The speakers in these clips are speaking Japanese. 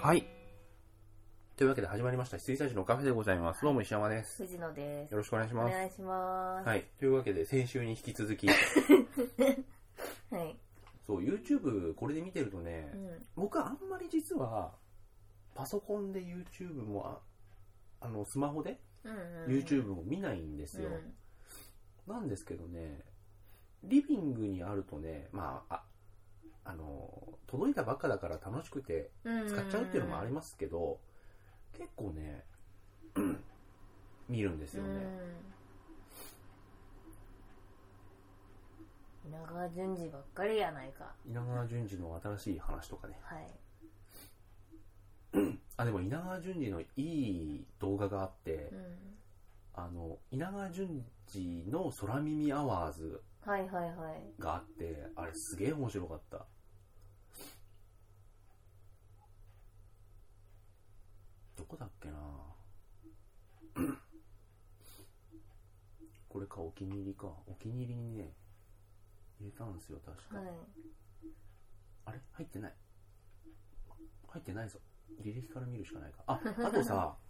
はい。というわけで始まりました、水産市のカフェでございます。どうも石山です。藤野です。よろしくお願いしおます。願いします。はい。というわけで、先週に引き続き、はい。そう、YouTube これで見てるとね、うん。僕はあんまり実は、パソコンで YouTube も、ああの、スマホでうん、うん。 YouTube も見ないんですよ。うんなんですけどね、リビングにあるとね、まあ、ああの、届いたばっかだから楽しくてうん使っちゃうっていうのもありまますけど、結構ね、うん見るんですよね。うん。稲川淳二ばっかりやないか。稲川淳二の新しい話とかね。はい。あ、でも稲川淳二のいい動画があってう、ん。あの、稲川淳二の空耳アワーズはいはいはい。があって、あれすげえ面白かった。どこだっけなこれか、お気に入りか。お気に入りにね、入れたんですよ、確か。はい。あれ入ってない。入ってないぞ。履歴から見るしかないか。あ、あとさ、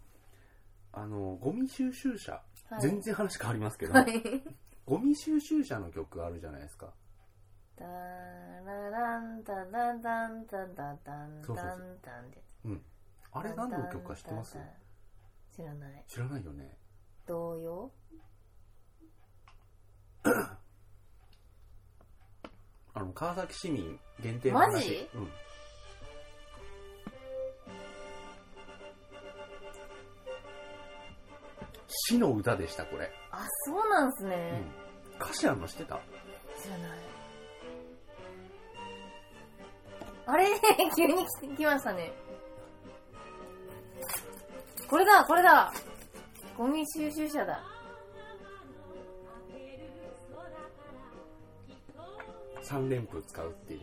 あの、ゴミ収集車。はい、全然話変わりますけど、はい。ゴミ収集車の曲あるじゃないですか。ダラランダダンダンダンダンダンそうそうダそンダンで。あれ何の曲か知ってますダンダンダン知らない。知らないよね。童謡あの、川崎市民限定の話。マジうん。市の歌でした、これ。あ、そうなんすうねん。。歌詞あんの知ってた知らないあれ 急に来来ましたねこれだこれだゴミ収集車だ三連符使うっていう。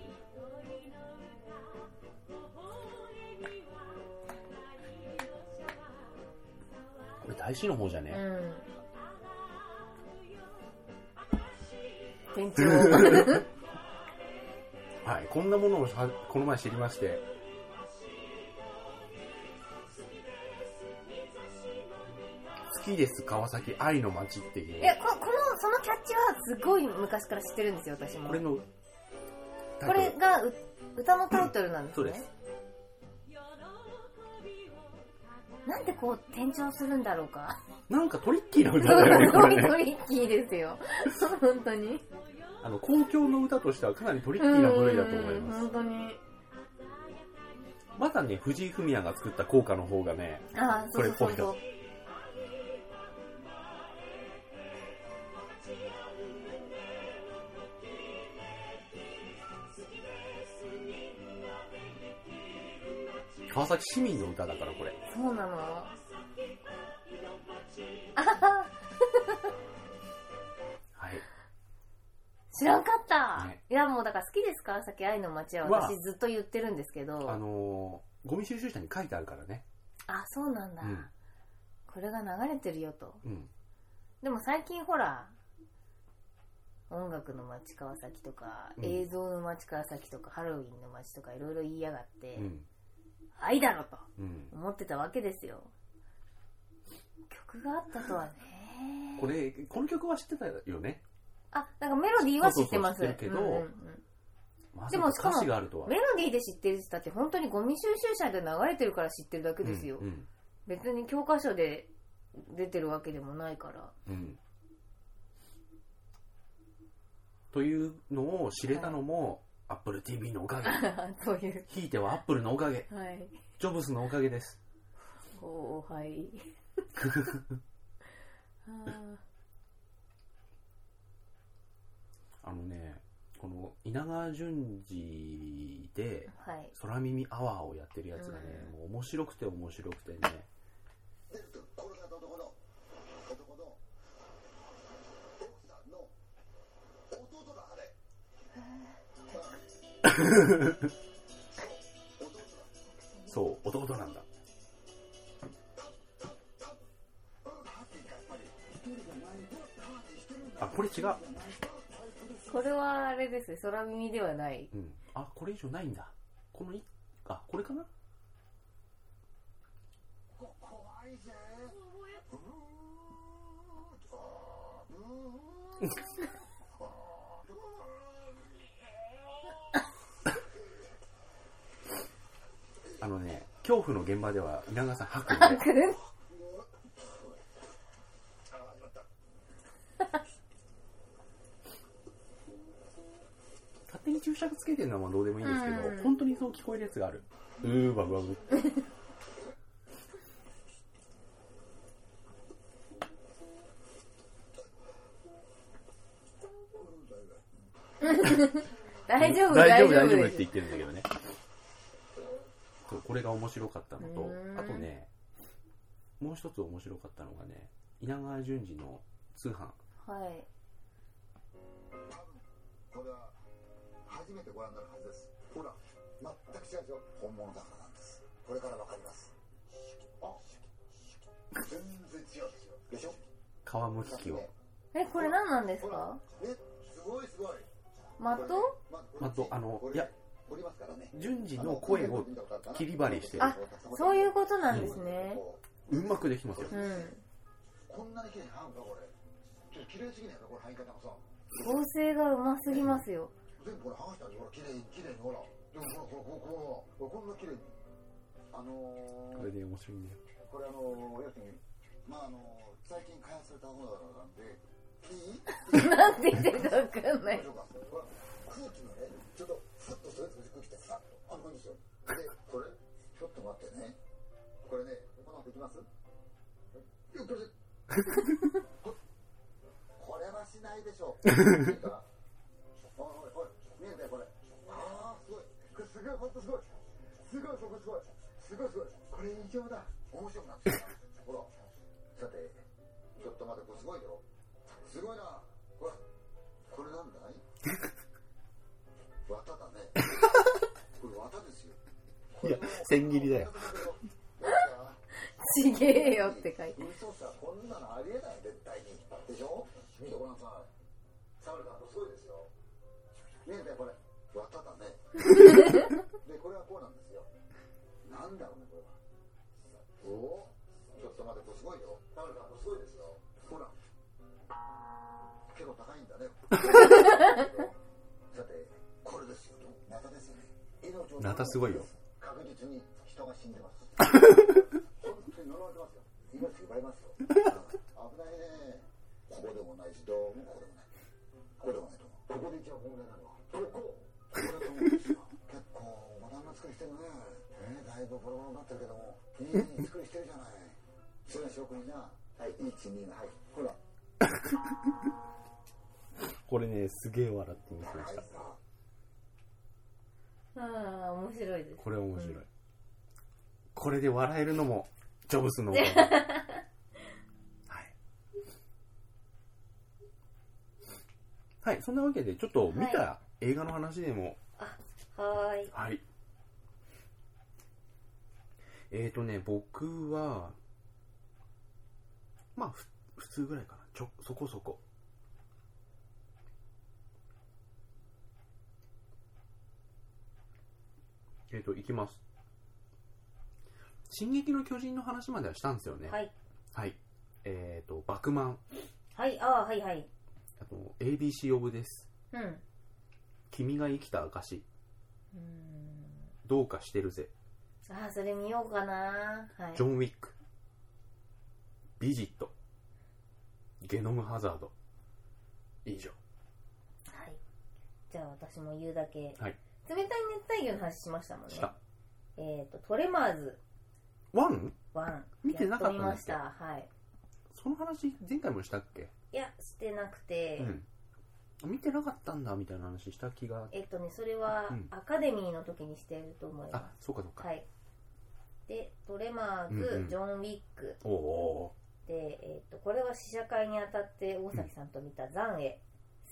これ大使の方じゃうね、ん 店長ははい、こんなものをさこの前知りまして。好きです川崎愛の街っていいやう。ここのそのキャッチはすごい昔から知ってるんですよ私もこれの、これがう歌のタイトルなんですそうねです。なんでこう転調するんだろうかなんかトリッキーなす歌だよね、こご いれね。トリッキーですよ。本当に。あの、公共の歌としてはかなりトリッキーな部類だと思いますうん。本当に。まだね、藤井フミヤが作った効果の方がね、ああ、そうそうそうそう。川崎市民の歌だからこれ。そうなの。あはい。知らんかった、ねいや、もうだから好きですかさっき愛の街はわあ私ずっと言ってるんですけど。ああのーゴミ収集車に書いてあるからね。そうなんだ、うんこれが流れてるよと。うん。でも最近ほら、音楽の街川崎とか、うん映像の街川崎とか、ハロウィンの街とかいろいろ言いやがって、うん。愛だろとうん。思ってたわけですよ。曲があったとはね。これ、この曲は知ってたよね。あ、なんかメロディーは知ってます。そうそうそう知ってるけどうんうんうんまさでもかしかも歌詞があるとは。メロディーで知ってる人だって本当にゴミ収集車で流れてるから知ってるだけですよ。うんうん別に教科書で出てるわけでもないから。うんというのを知れたのも、Apple TV のおかげ。 そういう。ひいては Apple のおかげ。はい。ジョブズのおかげです。おー はい。ああのね、この稲川淳二でーはい。空耳アワーをやってるやつがね、うんもう面白くて面白くてね、えっと、殺された男の、男の、奥さんの、弟があれ。そう、弟そう、が。弟なんだ。あ、これ違う。これはあれですね。 空耳ではない。うん。あ、これ以上ないんだ。このい、あ、これかな あのね、恐怖の現場では稲川さん吐くんで、勝手に注釈つけてるのはまあどうでもいいんですけど、うん本当にそう聞こえるやつがある。うーバブバブ。大丈夫大丈大丈夫大丈夫夫って言ってるんだけどねそうこれが面白かったのうとーんあとねもう一つ面白かったのがね稲川淳二の通販はいこれは初めてご覧になるはずですほら全く違うでしょ本物だからなんですこれからわかりますあ全然違うでしょでしょ皮むき器をえこれ何なんですほらかねすごいすごい的マットあのいや折りますからね淳二の声を切り張りしてるあそういうことなんですねうまくできてますようんこんなに綺麗に合うかこれちょっと綺麗すぎないかこれ入り方がさ合成がうますぎますよ全部これ剥がしたんでほら綺麗に綺麗にほらでもほらほらほらほらこんな綺麗にあのこれ、ーで面白いんだよこれあのー、要するにまああのー、最近開発されたものだからなんでいい なんて言ってるか分かんないほら空気のねちょっとふっとそれぞれ空気ってさあの感じですよでこれちょっと待ってねこれねこのままできますいやこれでこれはしないでしょういいからおいおいおい見えてこれああすごいこれすごいほんとすごいすごいここすごいすごいすごいこれ異常だ面白くなってきたほらさてちょっと待ってこれすごいよすごいなほらこれなんだい綿だねこれ綿ですよいや千切りだよちげえよって書いて嘘さこんなのありえない絶対にでしょ見てごらんさいサウルさんもすごいですよ見えてこれ綿だねでこれはこうなんですよなんだろうねこれはおおちょっと待ってこれすごいよサウルさんもすごいですよほら結構高いん だねさてこれですよナタですよね命をナタすごいよ確実に人が死んでます本当に呪われてますよ。命奪いますよ。うん危ないね。ここでもないし、どうもここでもない。ここでもないと思う。ここで一番本命なのは、ここ。これだと思うんですよ。結構、モダンな作りしてるね。ねだいぶボロボロになってるけども、いい作りしてるじゃない。それは証拠にな。はい、1、2、はい。ほら、これねすげえ笑って見てまはしいたさ。ああ面白いですこれ面白いこれで笑えるのもジョブスのおか げはいはいそんなわけでちょっと見た映画の話でもはーいはい。えーとね、僕は、まあ、ふ普通ぐらいかな。ちょ、そこそこ。えーと、いきます。進撃の巨人の話まではしたんですよね。。はいいえーと、バクマン。はいああはいはいあと、ABC オブです。うんう君が生きた証。ーんどうかしてるぜ。ああそれ見ようかなはいジョン・ウィック、ビジット、ゲノム・ハザード、以上。はいじゃあ私も言うだけ、はい冷たい熱帯魚の話しましたもんねした。えっ、とトレマーズワン1見てなかったんやっとで見ますしけどたはいその話、前回もしたっけいやしてなくて、うん。見てなかったんだ、みたいな話した気が。えっ、とねそれはうんアカデミーの時にしてると思いますあ、、そうかそうか。はいでトレマーズ、うんうんジョン・ウィックおおで、えっとこれは試写会にあたって大崎さんと見た「残影、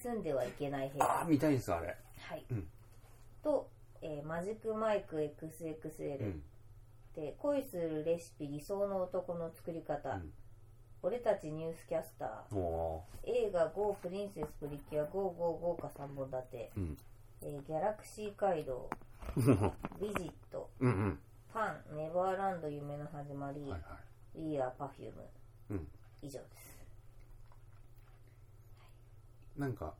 住んではいけない部ー。あー、屋見たいんす、あれ。」はい、うんと、えーマジックマイク XXL」うん。で「恋するレシピ理想の男の作り方」うん俺たちニュースキャスタおおー」映画「GO プリンセスプリキュア GO!GO! 豪華3本立て」うんえーギャラクシー 街道」ー。 「ビジット」うんうん。 「パン」「ネバーランド夢の始まり」はいはい。 We are Perfume、うん以上です、なんか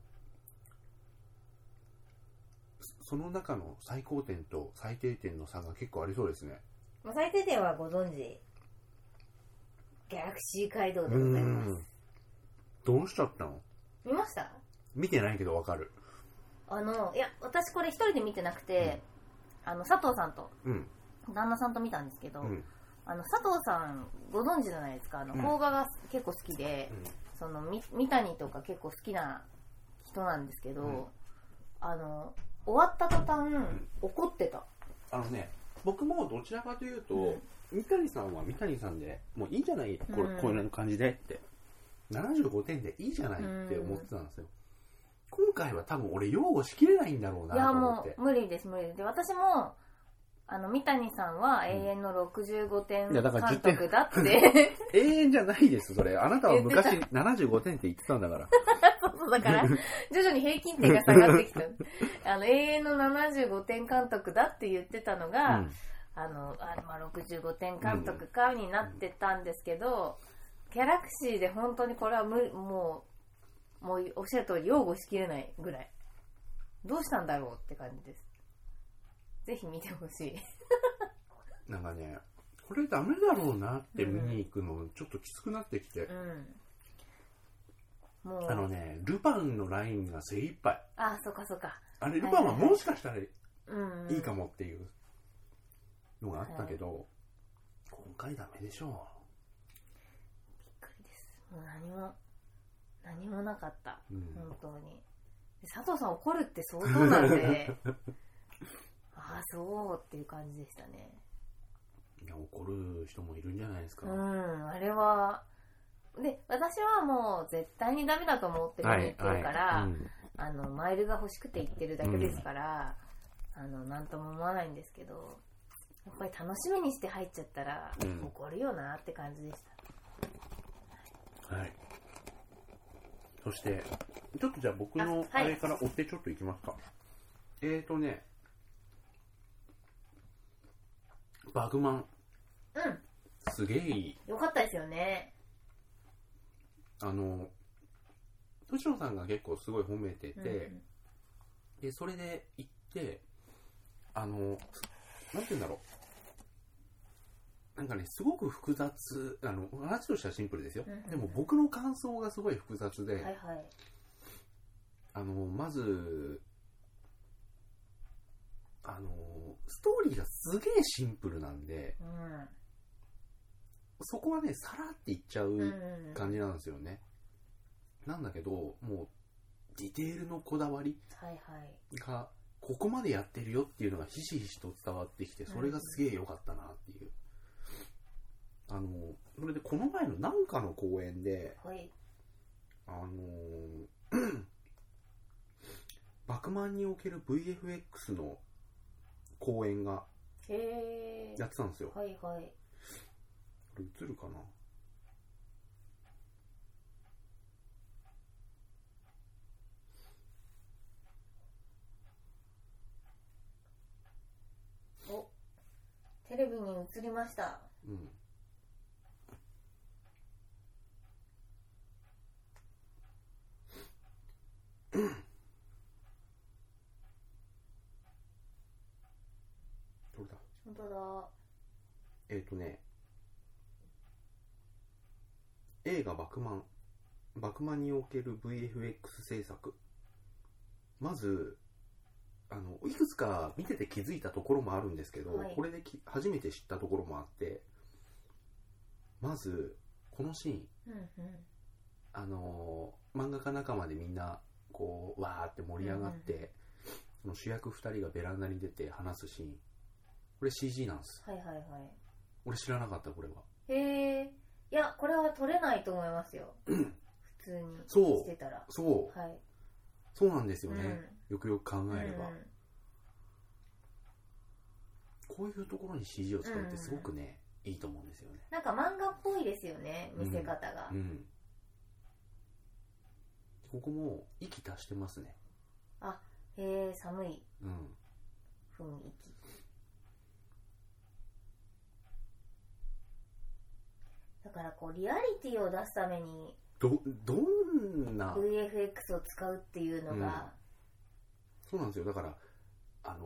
そその中の最高点と最低点の差が結構ありそうですねまあ、最低点はご存知ギャラクシー街道うでございまんすどうしちゃったの見ました見てないけどわかるあのいや私これ一人で見てなくて、あの佐藤さんとうん旦那さんと見たんですけうど、んあの佐藤さんご存知じゃないですかあのうん邦画が結構好きで、そのみ三谷とか結構好きな人なんですけど、うんあの終わった途端、怒ってたあのね僕もどちらかというと、うん三谷さんは三谷さんでもういいじゃないこれ,、うんこういう感じでって75点でいいじゃないって思ってたんですよ、今回は多分俺擁護しきれないんだろういやなと思っもてう無理です無理ですで私もあの三谷さんは永遠の65点いやだから監10点督だって 永遠じゃないですそれあなたは昔75点って言ってたんだからそうそうだから徐々に平均点が下がってきたあの永遠の75点監督だって言ってたのが、うんあのあまあ、65点監督かになってたんですけど、ギャラクシーで本当にこれは無理もうもうおっしゃる通り擁護しきれないぐらいどうしたんだろうって感じですぜひ見てほしいなんかねこれダメだろうなって見に行くのちょっときつくなってきてう、んもうあのねルパンのラインが精一杯あそっかそっかあれルパンはもしかしたらうん、いいかもっていうのがあったけど、今回ダメでしょびっくりですもう何も何もなかったう、うん本当にで佐藤さん怒るって相当なんで ああそうっていう感じでしたねいや怒る人もいるんじゃないですか、うんあれはで私はもう絶対にダメだと思って見に行ってるから、うんあのマイルが欲しくて行ってるだけですから、あの何とも思わないんですけどやっぱり楽しみにして入っちゃったら、うん怒るよなって感じでしたはいそしてちょっとじゃあ僕あはのいあれから追ってちょっといきますか、えーとねバグマンうんすげえいいよかったですよねあの年野さんが結構すごい褒めてて、うんでそれで行ってあのなんて言うんだろうなんかねすごく複雑あの話としてはシンプルですよ、うんうんうんでも僕の感想がすごい複雑で、はいはいあのまずあのストーリーがすげえシンプルなんでうそこはねさらっていっちゃんうんううんは感じなんですよね、なんだけどもうディテールのこだわりいはいがここまでやってるよっていうのがひしひしと伝わってきてそれがすげえ良かったなっていう、あのそれでこの前のなんかの公演ではいあの ーバクマンにおける VFX の公演がへえやってたんですよこはいはいれ映るかなおテレビに映りましたうんどれだ本当だえっ、とね、映画バクマン、バクマンにおける VFX 制作。まず、あの、いくつか見てて気づいたところもあるんですけど、はいこれでき初めて知ったところもあって、まず、このシーン、うんうんあのー漫画家仲間でみんな、こう、わーって盛り上がって、その主役2人がベランダに出て話すシーン。これ CG なんです。はいはいはい俺知らなかった、これは。へえいやこれは取れないと思いますよ普通にそうしてたらそう、はいそうなんですようね、んよくよく考えれば、うんこういうところに CG を使うってすごくね、いいと思うんですよねなんか漫画っぽいですよね見せ方がう、んここも息足してますねへえ寒いうん雰囲気だからこうリアリティを出すためにどどんな VFX を使うっていうのが、そうなんですよだからあの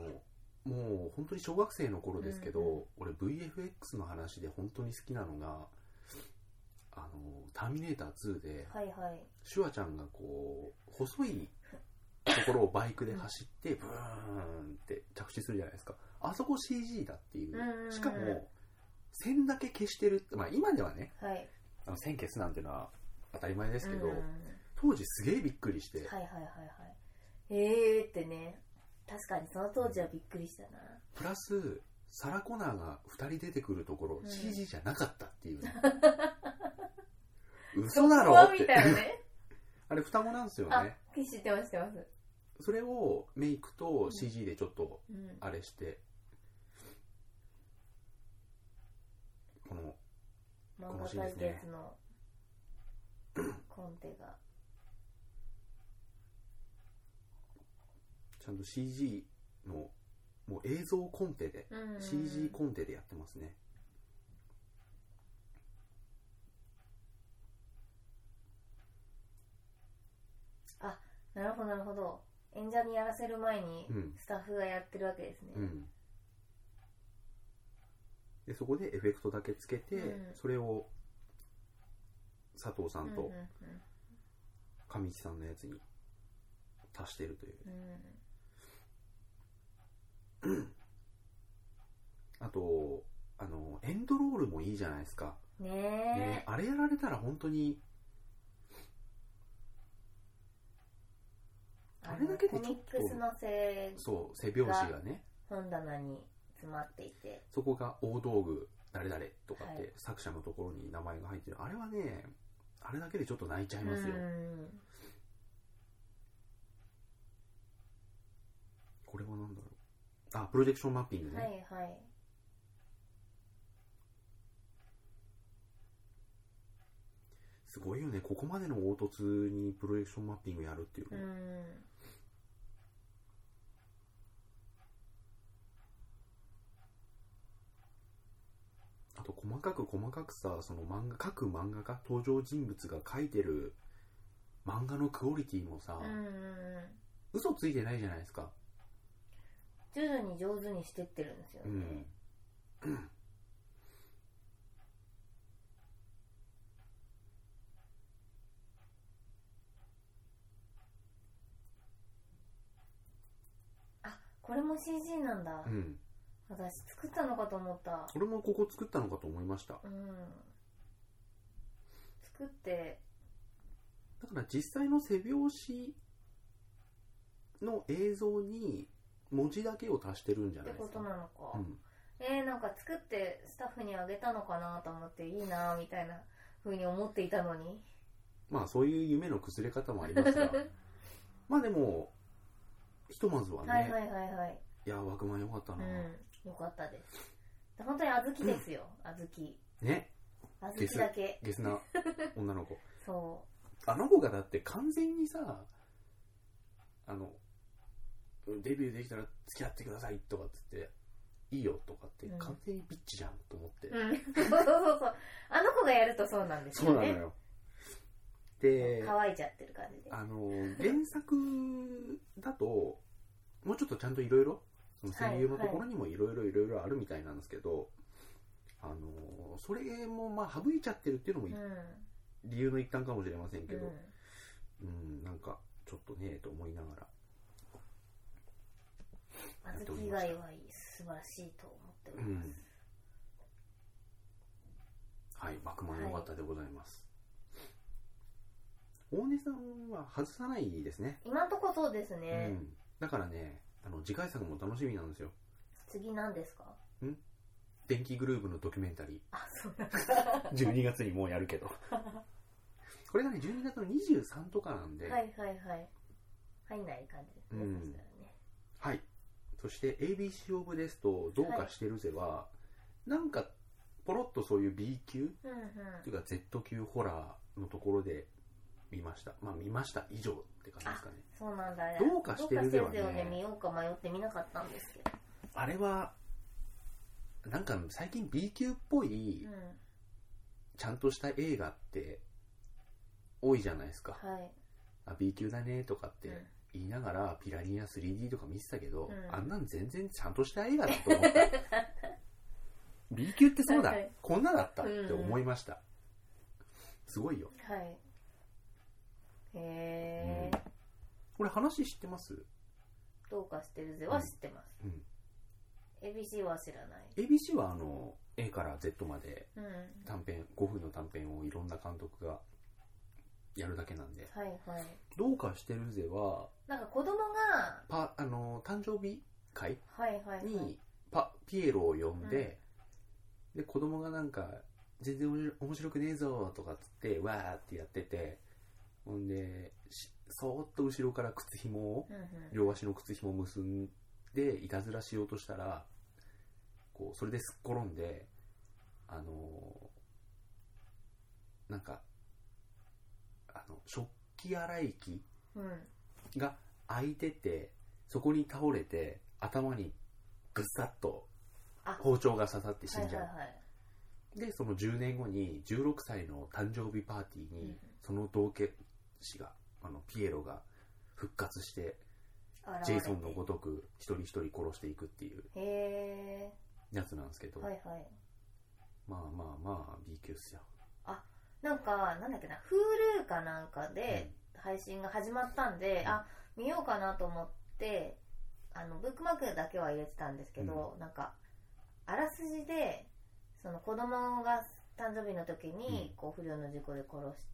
もう本当に小学生の頃ですけど、うんうん俺 VFX の話で本当に好きなのが「あのターミネーター2」ではいはいシュワちゃんがこう細いところをバイクで走ってブーンって着地するじゃないですかあそこ CG だっていうんうんううんしかも線だけ消してるってまあ今ではねはいあの線消すなんていうのは当たり前でですけど、当時すげえびっくりして、はいはいはいはいえーってね確かにその当時はびっくりしたなプラスサラ・コナーが2人出てくるところ、うん CG じゃなかったって いうね嘘だろそこっみてたいなねあれ双子なんですよあね 知ってます知ってますそれをメイクと CG でちょっとうんあれして、この漫こ画のシーンです対ね決のコンテがちゃんと CG のもう映像コンテで、うんうん CG コンテでやってますねなるほどなるほど演者にやらせる前にうんスタッフがやってるわけですね、うんでそこでエフェクトだけつけて、うんそれを佐藤さんうんとうんうん上地さんのやつに足してるというあとあのエンドロールもいいじゃないですか、うんねねえ、あれやられたら本当にあれだけでちょコっとミックスのせそう背拍子がね本棚に詰まっていてそこが大道具誰々とかって、はい作者のところに名前が入ってるあれはねあれだけでちょっと泣いちゃいますよ、うんこれは何だろうあプロジェクションマッピングね、はいはいすごいよねここまでの凹凸にプロジェクションマッピングやるっていううの、んあと細かく細かくさその漫画各漫画家登場人物が描いてる漫画のクオリティもさ、うんうんうん嘘ついてないじゃないですか徐々に上手にしてってるんですようね、んこれも CG なんだ、うん私作ったのかと思った俺もここ作ったのかと思いましたうん作ってだから実際の背拍子の映像に文字だけを足してるんじゃっなていでこすとかなのか、うん、えー、なんか作ってスタッフにあげたのかなと思っていいなみたいな風に思っていたのにまあそういう夢の崩れ方もあります がまあでもひとまずはね、はいいはいはいはいやワクマンよかったな、うんよかったです本当に小豆ですよ小豆ね小豆だけゲスな女の子 そあの子がだって完全にさあのデビューできたら付き合ってくださいとかっつっていいよとかってうん完全にビッチじゃんと思って、う、うん、そうそうそうそうあの子がやるとそうなんですそうよなのねよで乾いちゃってる感じであの原作だともうちょっとちゃんといろいろその声優のところにもいろいろいろいろあるみたいなんですけど、あのそれもまあ省いちゃってるっていうのもうん理由の一環かもしれませんけうど、んうん、なんかちょっとねえと思いながら小豆以外は素晴らしいと思っております、はい「バクマン」良かったでございます、大根さんは外さないですね、今んとこそうですうね、ん、だからねあの次回作も楽しみなんですよ次何ですか電気グルーヴのドキュメンタリあそうなんだー 12月にもうやるけど これがね12月の23とかなんで、はいはいはい入んない感じですね、うんそしたらねはいそして ABC オブですと「どうかしてるぜは」なんかポロッとそういう B 級うんうんというか Z 級ホラーのところで見ましたまあ見ました以上って感じですかねそうなんだどうかしてるではねどうかしてるではね見ようか迷って見なかったんですけどあれはなんか最近 B 級っぽいうんちゃんとした映画って多いじゃないですか、はいあ B 級だねとかってうん言いながらピラニア 3D とか見てたけど、うんあんなん全然ちゃんとした映画だと思った B 級ってそうだはいはいこんなだったって思いました、すごいよはいえー、これ話知ってますどうかしてるぜは知ってます、うん ABC は知らない ABC はあの A から Z までうん短編5分の短編をいろんな監督がやるだけなんではいはい「どうかしてるぜはなんか子供が」パあの誕生日会はいはいはいにパピエロを呼んで,、で子供がなんか「全然おも面白くねえぞ」とかっつってわーってやっててほんでしそーっと後ろから靴紐をうんうん両足の靴紐を結んでいたずらしようとしたらこうそれですっ転んであのーなんかあの食器洗い機うんが開いててそこに倒れて頭にぐっさっとあ包丁が刺さって死はんいはいじゃう、はいでその10年後に16歳の誕生日パーティーうんにその道化師があのピエロが復活して現ジれェイてソンのごとく一人一人殺していくっていうへやつなんですけど、ーはいはいまあまあまあ B 級っすよなんかなんだっけな Hulu かなんかで配信が始まったんで、あ見ようかなと思ってあのブックマークだけは入れてたんですけど、なんかあらすじでその子供が誕生日の時に、うんこう不良の事故で殺し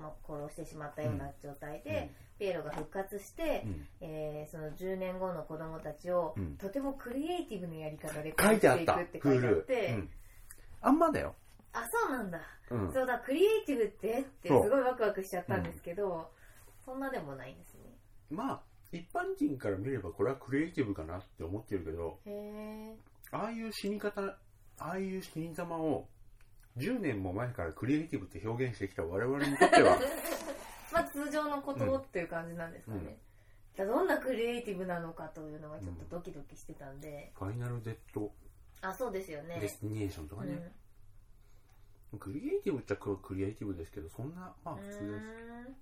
もう殺してしまったような状態で、ピエロが復活して、うんえーその10年後の子供たちを、うんとてもクリエイティブなやり方で書いてあっ殺たしていくって書いてあっ Hulu、て、うんあんまだよ、あそうなんだうん、そうだ、クリエイティブってってすそうごいワクワクしちゃったんですけど、そんなでもないんですね。まあ一般人から見ればこれはクリエイティブかなって思ってるけどへああいう死に方ああいう死に様を10年も前からクリエイティブって表現してきた我々にとって はまあ通常のことっていう感じなんですかね。じゃあどんなクリエイティブなのかというのがちょっとドキドキしてたんで、ファイナルデッド・あ、そうですよね。デスティネーションとうかん、ね、クリエイティブっちゃクリエイティブですけどそんなまあ普通ですうーん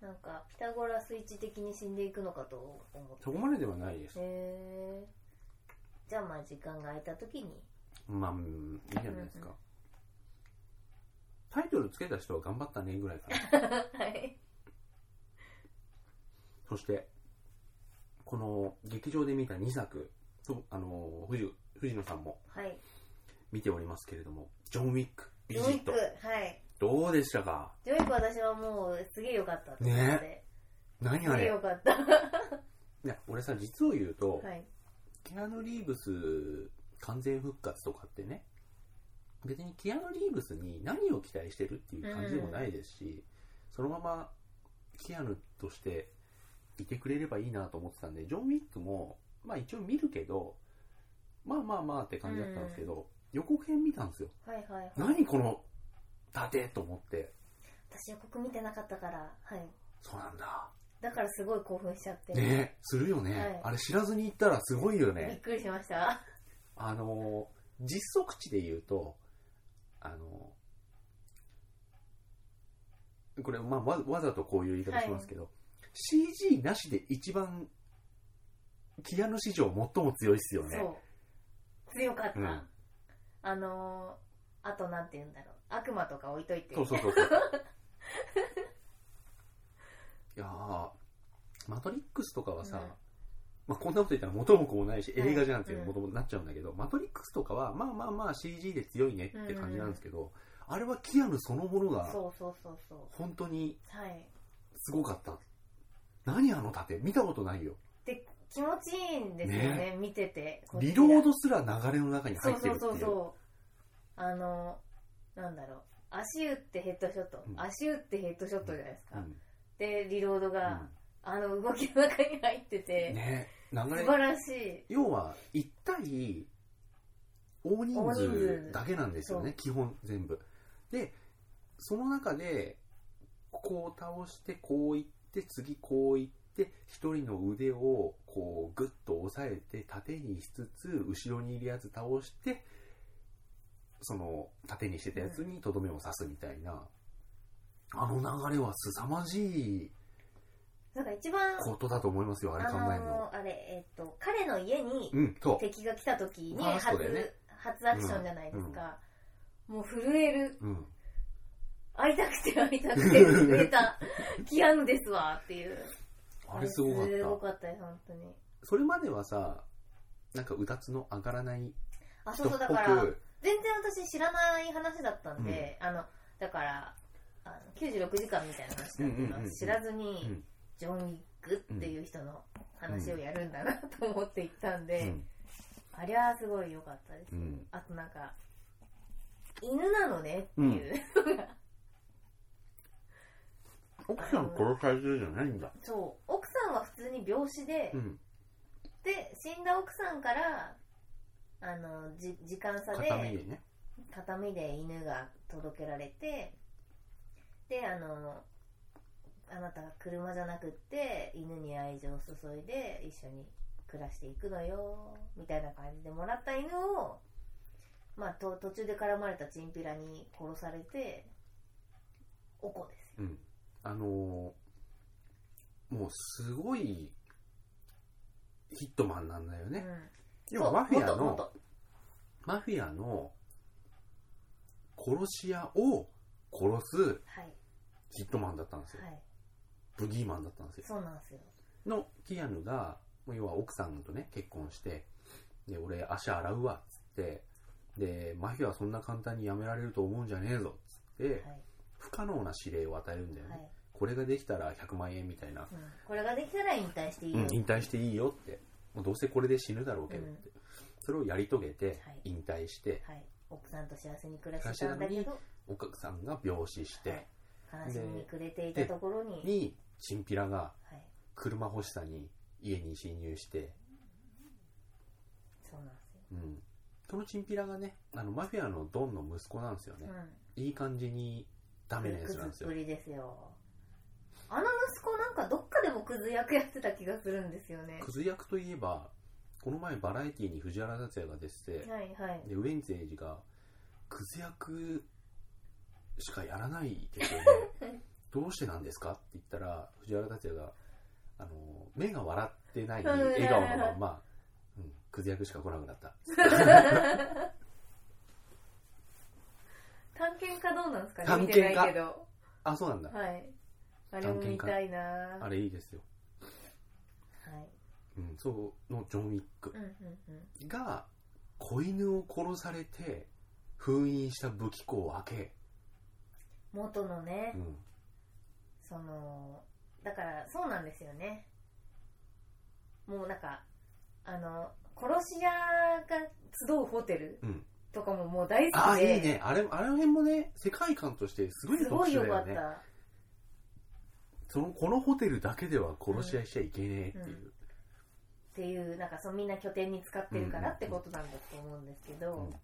なんか、ピタゴラスイッチ的に死んでいくのかと思って。そこまでではないですへえ。じゃあまあ時間が空いた 時に。まあ、うんいいじゃないですか。タイトルつけた人は頑張ったねぐらい かな。はい。そして、この劇場で見た2作、とあの藤藤野さんもはい。見ておりますけれども、ジョン・ウィック、ビジジョイック、ト、はい。どうでしたかジョイク私はもうすげえ良かったと思って。何すあげれえ良かった。いや俺さ、実を言うと、はい。キアヌ・リーブス完全復活とかってね、別にキアヌ・リーブスに何を期待してるっていう感じでもないですし、そのままキアヌとしていてくれればいいなと思ってたんで、ジョン・ウィックも、まあ一応見るけど、まあまあまあって感じだったんですけど、予告編見たんですよ。はいはいはい。何この盾と思って、私予告見てなかったから、はい。そうなんだ。だからすごい興奮しちゃって。ねするよね、はいあれ知らずに行ったらすごいよびねっ。くりしました。あのー実測値で言うと、あのーこれ、まあわ、わざとこういう言い方しますけど、CG なしで一番、キアヌ史上最も強いっすよね。そう。強かった。うんあのー、あとなんて言うんだろう。悪魔とか置いといて。そうそうそうそういやーマトリックスとかはさ、うんまあ、こんなこと言ったら元も子もないしはい映画じゃんってうん元々なっちゃうんだけど、マトリックスとかはまあまあまあ CG で強いねって感じなんですけど、あれはキアヌそのものがそうそうそうそう。本当にはい。すごかった何あの盾見たことないよで、気持ちいいんですよね、見てて。こっちリがロードすら流れの中にそ入うってそるっうていそううそう。あのー、なんだろう。足打ってヘッドショット。うん足打ってヘッドショットじゃないですか。うんで、リロードうが、んあの動きの中に入ってて、ね流素れ晴らしい。要は1対大人大人数数だけなんですよね基本全部でその中でこう倒してこう行って次こう行って1人の腕をこうグッと押さえて縦にしつつ後ろにいるやつ倒してその縦にしてたやつにとどめを刺すみたいな、あの流れは凄まじいなんか一番、ことだと思いますよ、あれあ考えるの。のーあれ、えっと、彼の家にうん、そう。敵が来た時にファース初、トだよね初アクションじゃないですか。もう震える。うん、会いたくて会いたくて震えた。キアヌですわっていう。あれすごかっすごたかったよ、本当に。それまではさなんかうだつの上がらないあ、そ人っうそう、だぽから、く全然私知らない話だったんで、あの、だから、あの96時間みたいな話だけど、うんうんうんうん知らずうにん、ジョン・ウィックっていう人の話をやるんだなと思って行ったんで、うんあれはすごい良かったです、うんあとなんか、犬なのねっていう、奥さん殺されてるじゃないんだ そう、奥さんは普通に病死で、うんで、死んだ奥さんから、あの、じ時間差で、片目でね畳で犬が届けられてであのあなたが車じゃなくって犬に愛情を注いで一緒に暮らしていくのよみたいな感じでもらった犬を、まあ、と途中で絡まれたチンピラに殺されておこですようんあのーもうすごいヒットマンなんだよね、うん、要はマフィアそうの元マフィアの殺し屋を殺す元はいヒットマンだったんですよ、はいブギーマンだったんですよそうなんですよのキアヌが、要は奥さんとね、結婚して、で、俺足洗うわ、つって、で、マフィアはそんな簡単にやめられると思うんじゃねえぞ、つって、はい不可能な指令を与えるんだよね。はい、これができたら100万円みたいな、うん、これができたら引退していいよ、うん引退していいよって、もうどうせこれで死ぬだろうけどって、それをやり遂げてはい、引退して、はい、奥さんと幸せに暮らしてたんだけ暮らしてたどお客さんが病死して、悲しみに暮れていたところに、に、チンピラがはい、車欲しさに家に侵入して、そうなんですうん、そのチンピラがね、あのマフィアのドンの息子なんですよねよ。。うん、いい感じにダメなやつなんですよクズっぷ。りですよ。あの息子なんかどっかでもクズ役やってた気がするんですよね。クズ役といえば、この前バラエティに藤原達也が出てて、はいはい。で、ウェンズエイジが、クズ役しかやらないですよね。どうしてなんですかって言ったら、藤原達也が、あの、目が笑ってない笑顔のまんま、うん、クズ役しか来なくなった。探検家どうなんですかね探見検家てないけど。あ、そうなんだ。はい。あれも見たいなぁあはれいいですよ。い。うん、そう、のジョン・ウィックうんうんうん。が、子犬を殺されて、封印した武器庫を開け、元のね、うん、その、だからそうなんですよね。もうなんか、あの、殺し屋が集うホテルうんとかももう大好きで。ああ、いいね。あれ、あの辺もね、世界観としてすごいすご特い殊良だかよった。ね。その、このホテルだけでは殺し合いしちゃいけねえっていう。っていうなんかそうみんな拠点に使ってるからってことなんだと思うんですけど、うん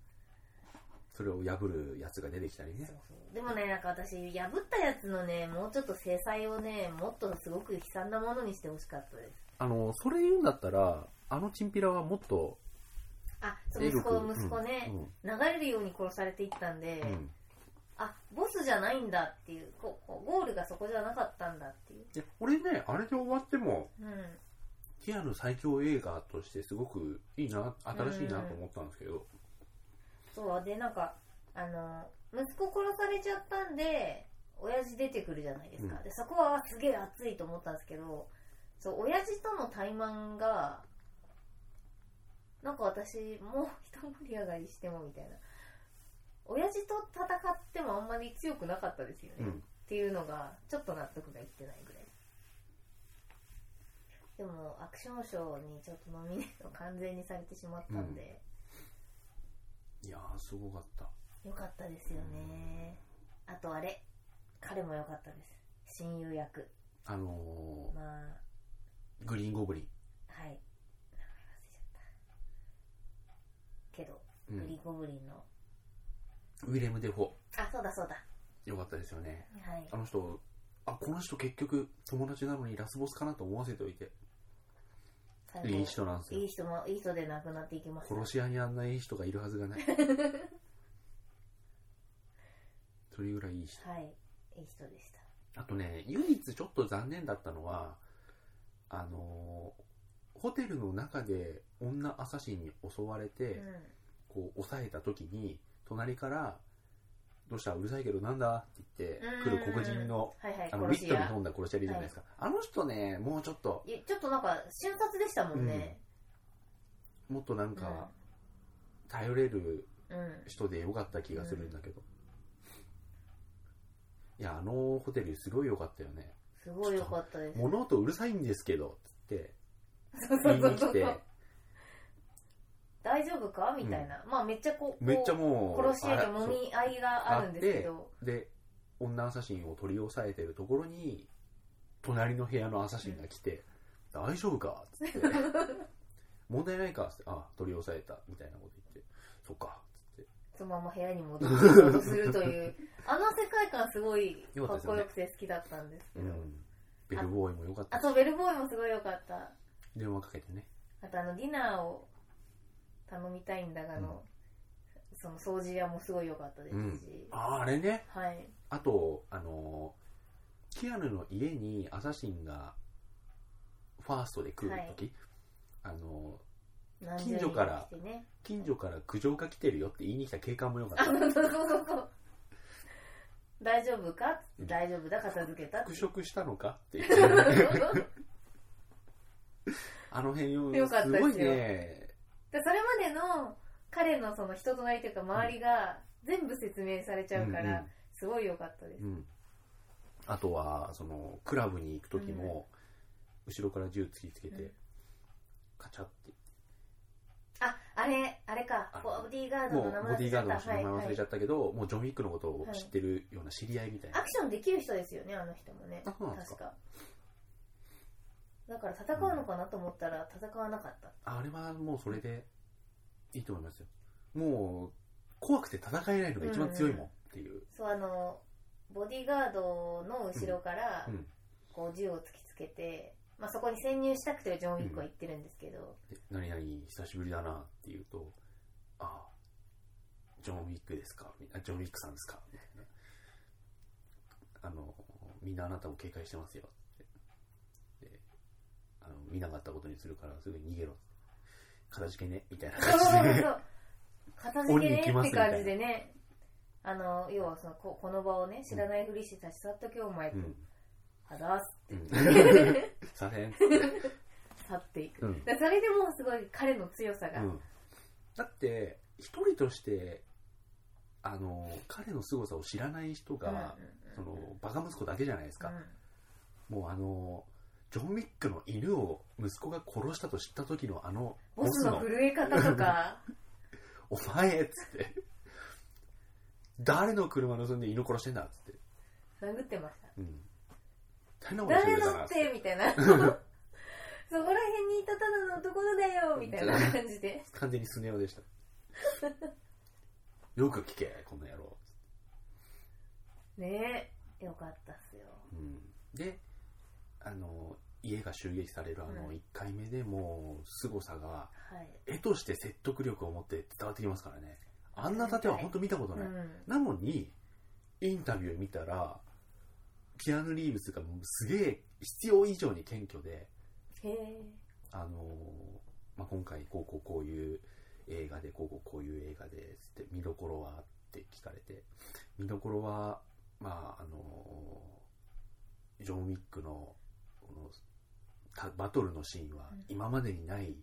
それを破るやつが出てきたりねそう。そうでもねなんか私破ったやつのねもうちょっと制裁をねもっとすごく悲惨なものにしてほしかったですあの、それ言うんだったら、あのチンピラはもっとあそうエ息ロく、子息子ね、流れるように殺されていったんで、うん。うんうんあボスじゃないんだっていうここゴールがそこじゃなかったんだっていういや俺ね、あれで終わっても、うんティアの最強映画としてすごくいいな、新しいなと思ったんですけど、そうでなんかあの息子殺されちゃったんで親父出てくるじゃないですか、うんでそこはすげえ熱いと思ったんですけどそう親父との怠慢がなんか私もう一盛り上がりしてもみたいな親父と戦ってもあんまり強くなかったですよね、うん。っていうのがちょっと納得がいってないぐらいでもアクション賞にちょっとノミネート完全にされてしまったんで、いやー、すごかった。良かったですよねあとあれ彼も良かったです親友役あのまあー、グリーンゴブリン。はい名前忘れちゃったけど、うんグリーンゴブリンのウィレム・デフォ。あそうだそうだよかったですよね。はいあの人、あ、この人結局友達なのにラスボスかなと思わせておいて、最後いい人なんですいいよ。人もいい人で亡くなっていきました殺し屋にあんないい人が いるはずがない。それぐらいいい人。はいいい人でした。あとね、唯一ちょっと残念だったのは、あのーホテルの中で女アサシンに襲われて、うこう、抑えた時に、隣から、どうしたうるさいけどなんだって言って、来る黒人の、ん。はいはい、あの、ウ殺ィッしトに屋。飛んだ殺し屋いるじゃないですか。あの人ね、もうちょっと、いやちょっとなんか、瞬殺でしたもんね。もっとなんうんか、頼れるうん。人でよかった気がするんだけど。いや、あのホテルすごい良かったよね。すごい良かったです。物音うるさいんですけど、つって、そうそ言いうそにうそ来てう、。 大丈夫かみたいな。まあめっちゃこう、めっちゃこもうう、殺し屋であ揉み合いがあるんですけど。で女アサシンを取り押さえてるところに隣の部屋のアサシンが来て「大丈夫か?」っつ って「問題ないか?」っつって「あ取り押さえた」みたいなこと言って「そっか」っつってそのまま部屋に戻って仕事すると いう、あの世界観すごいか良かったでっすよこねよくて好きだったんですけうど。んベルボーイも良かっあたしと、ベルボーイもすごい良かった。電話かけてねあとあの、ディナーを頼みたいんだがの、その掃除屋もすごい良かったですし。うんあああれねはい。あとあのーキアヌの家にアサシンがファーストで来る時、あのー近所から何十人も来てね近所から苦情が来てるよって言いに来た警官も良かったそうそうそうそう。大丈夫かうん大丈夫だ、片付けたって復。職したのかっていう あの辺よよかったすですごよいね。でそれまでの彼のその人となりというか、周りが全部説明されちゃうから、すごい良かったでうすん。うん、うんあとは、その、クラブに行く時も、後ろから銃突きつけて、うんカチャって、あ、あれ、あれかあ、ボディーガードものう名ボディーガ前ードの忘人のれ名前忘れちちゃゃっったけど、もうジョン・ウィックのことを知ってるような知り合いみたいた。な。アクションできる人ですよね、あの人もね。あそうなんです確かか。だから戦うのかなと思ったら、戦わなかった。あれはもうそれでいいと思いますよ。もう、怖くて戦えないのが一番強いもんっていう。そう、あの、ボディーガードの後ろから、うん。こう銃を突きつけて、まあ、そこに潜入したくてジョン・ウィックは言ってるんですけど、で何々久しぶりだなって言うと、あジョン・ウィックですかみあジョン・ウィックさんですかみたいな。あの、みんなあなたを警戒してますよって。で、あの、見なかったことにするからすぐに逃げろ。かたじけねみたいなそうそう感そうじ そで。う 片付け鬼ねに来っますてみたいな感じでねあの要はそのここの場をね知らないふりして立ち去っとけお前と、うん。はだすうん。させん。去っていく、うんだからそれでもうすごい彼の強さが、うん。だって、一人として、あの、彼の凄さを知らない人が、その、バカ息子だけじゃないですか。もうあのジョン・ウィックの犬を息子が殺したと知った時のあのうんボスの震え方 とか「お前!」っつって「誰の車盗んで犬殺してんだ」っつって殴ってました「うん、大変なことして誰るかのら」つっっててみたい なそこら辺にいたただの男のだよみたいな感じで完全にスネ夫でした「よく聞けこの野郎ねえよかったっすよ」うん、であの家が襲撃されるあのうん1回目でもう凄さがはい絵として説得力を持って伝わってきますからねあんな盾は本当見たことない、うんなのに、インタビュー見たら、キアヌ・リーブスがすげえ必要以上に謙虚で、へえあのーまあ、今回こうこうこういう映画で、こうこうこういう映画で、つって見どころはって聞かれて、見どころは、まあ、あのージョン・ウィックのこのたバトルのシーンはうん今までにないっ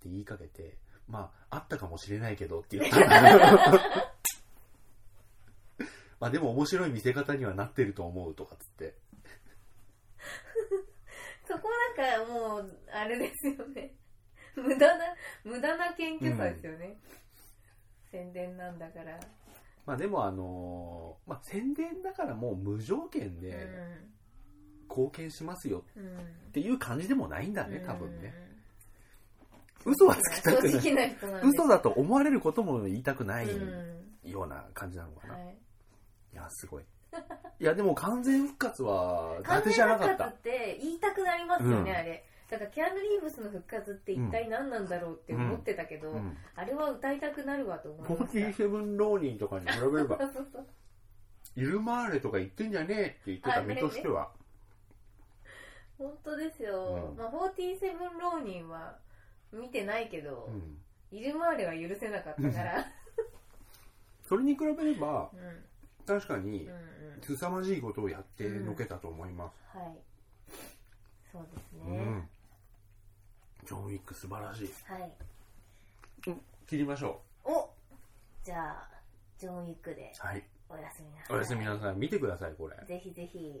て言いかけて、まあ、あったかもしれないけどって言ったんだけど まあでも面白い見せ方にはなってると思うとかっつって。そこなんかもうあれですよね 無駄な無駄な謙虚さですよね、宣伝なんだから、まあでもあのーまあ宣伝だからもう無条件で貢献しますようんうんっていう感じでもないんだね、多分ね。うん嘘はつきたくない正直な人なんです嘘だと思われることも言いたくないうんような感じなのかな。はいいや、すごい。いや、でも完全復活は、伊完達全じゃな復かっ活た。って言いたくなりますよね、うんあれだからキアヌ・リーブスの復活って一体何なんだろうって思ってたけど、うん。あれは歌いたくなるわと思フォいまーキーしセブンローニーとかに比べればたそうそうイルマーレとか言ってんじゃねえって言ってた身としては、本当ですよ、うんまあ、47浪人は見てないけど、うん、イルマーレは許せなかったから、それに比べればうん、うん確かにうん凄まじいことをやってのけたと思います、はいそうですうんね、ジョン・ウィック素晴らしいはい切りましょおじゃあジョンウィックでうはいおやすみなさいおやすみなさい見てくださいこれぜひぜひ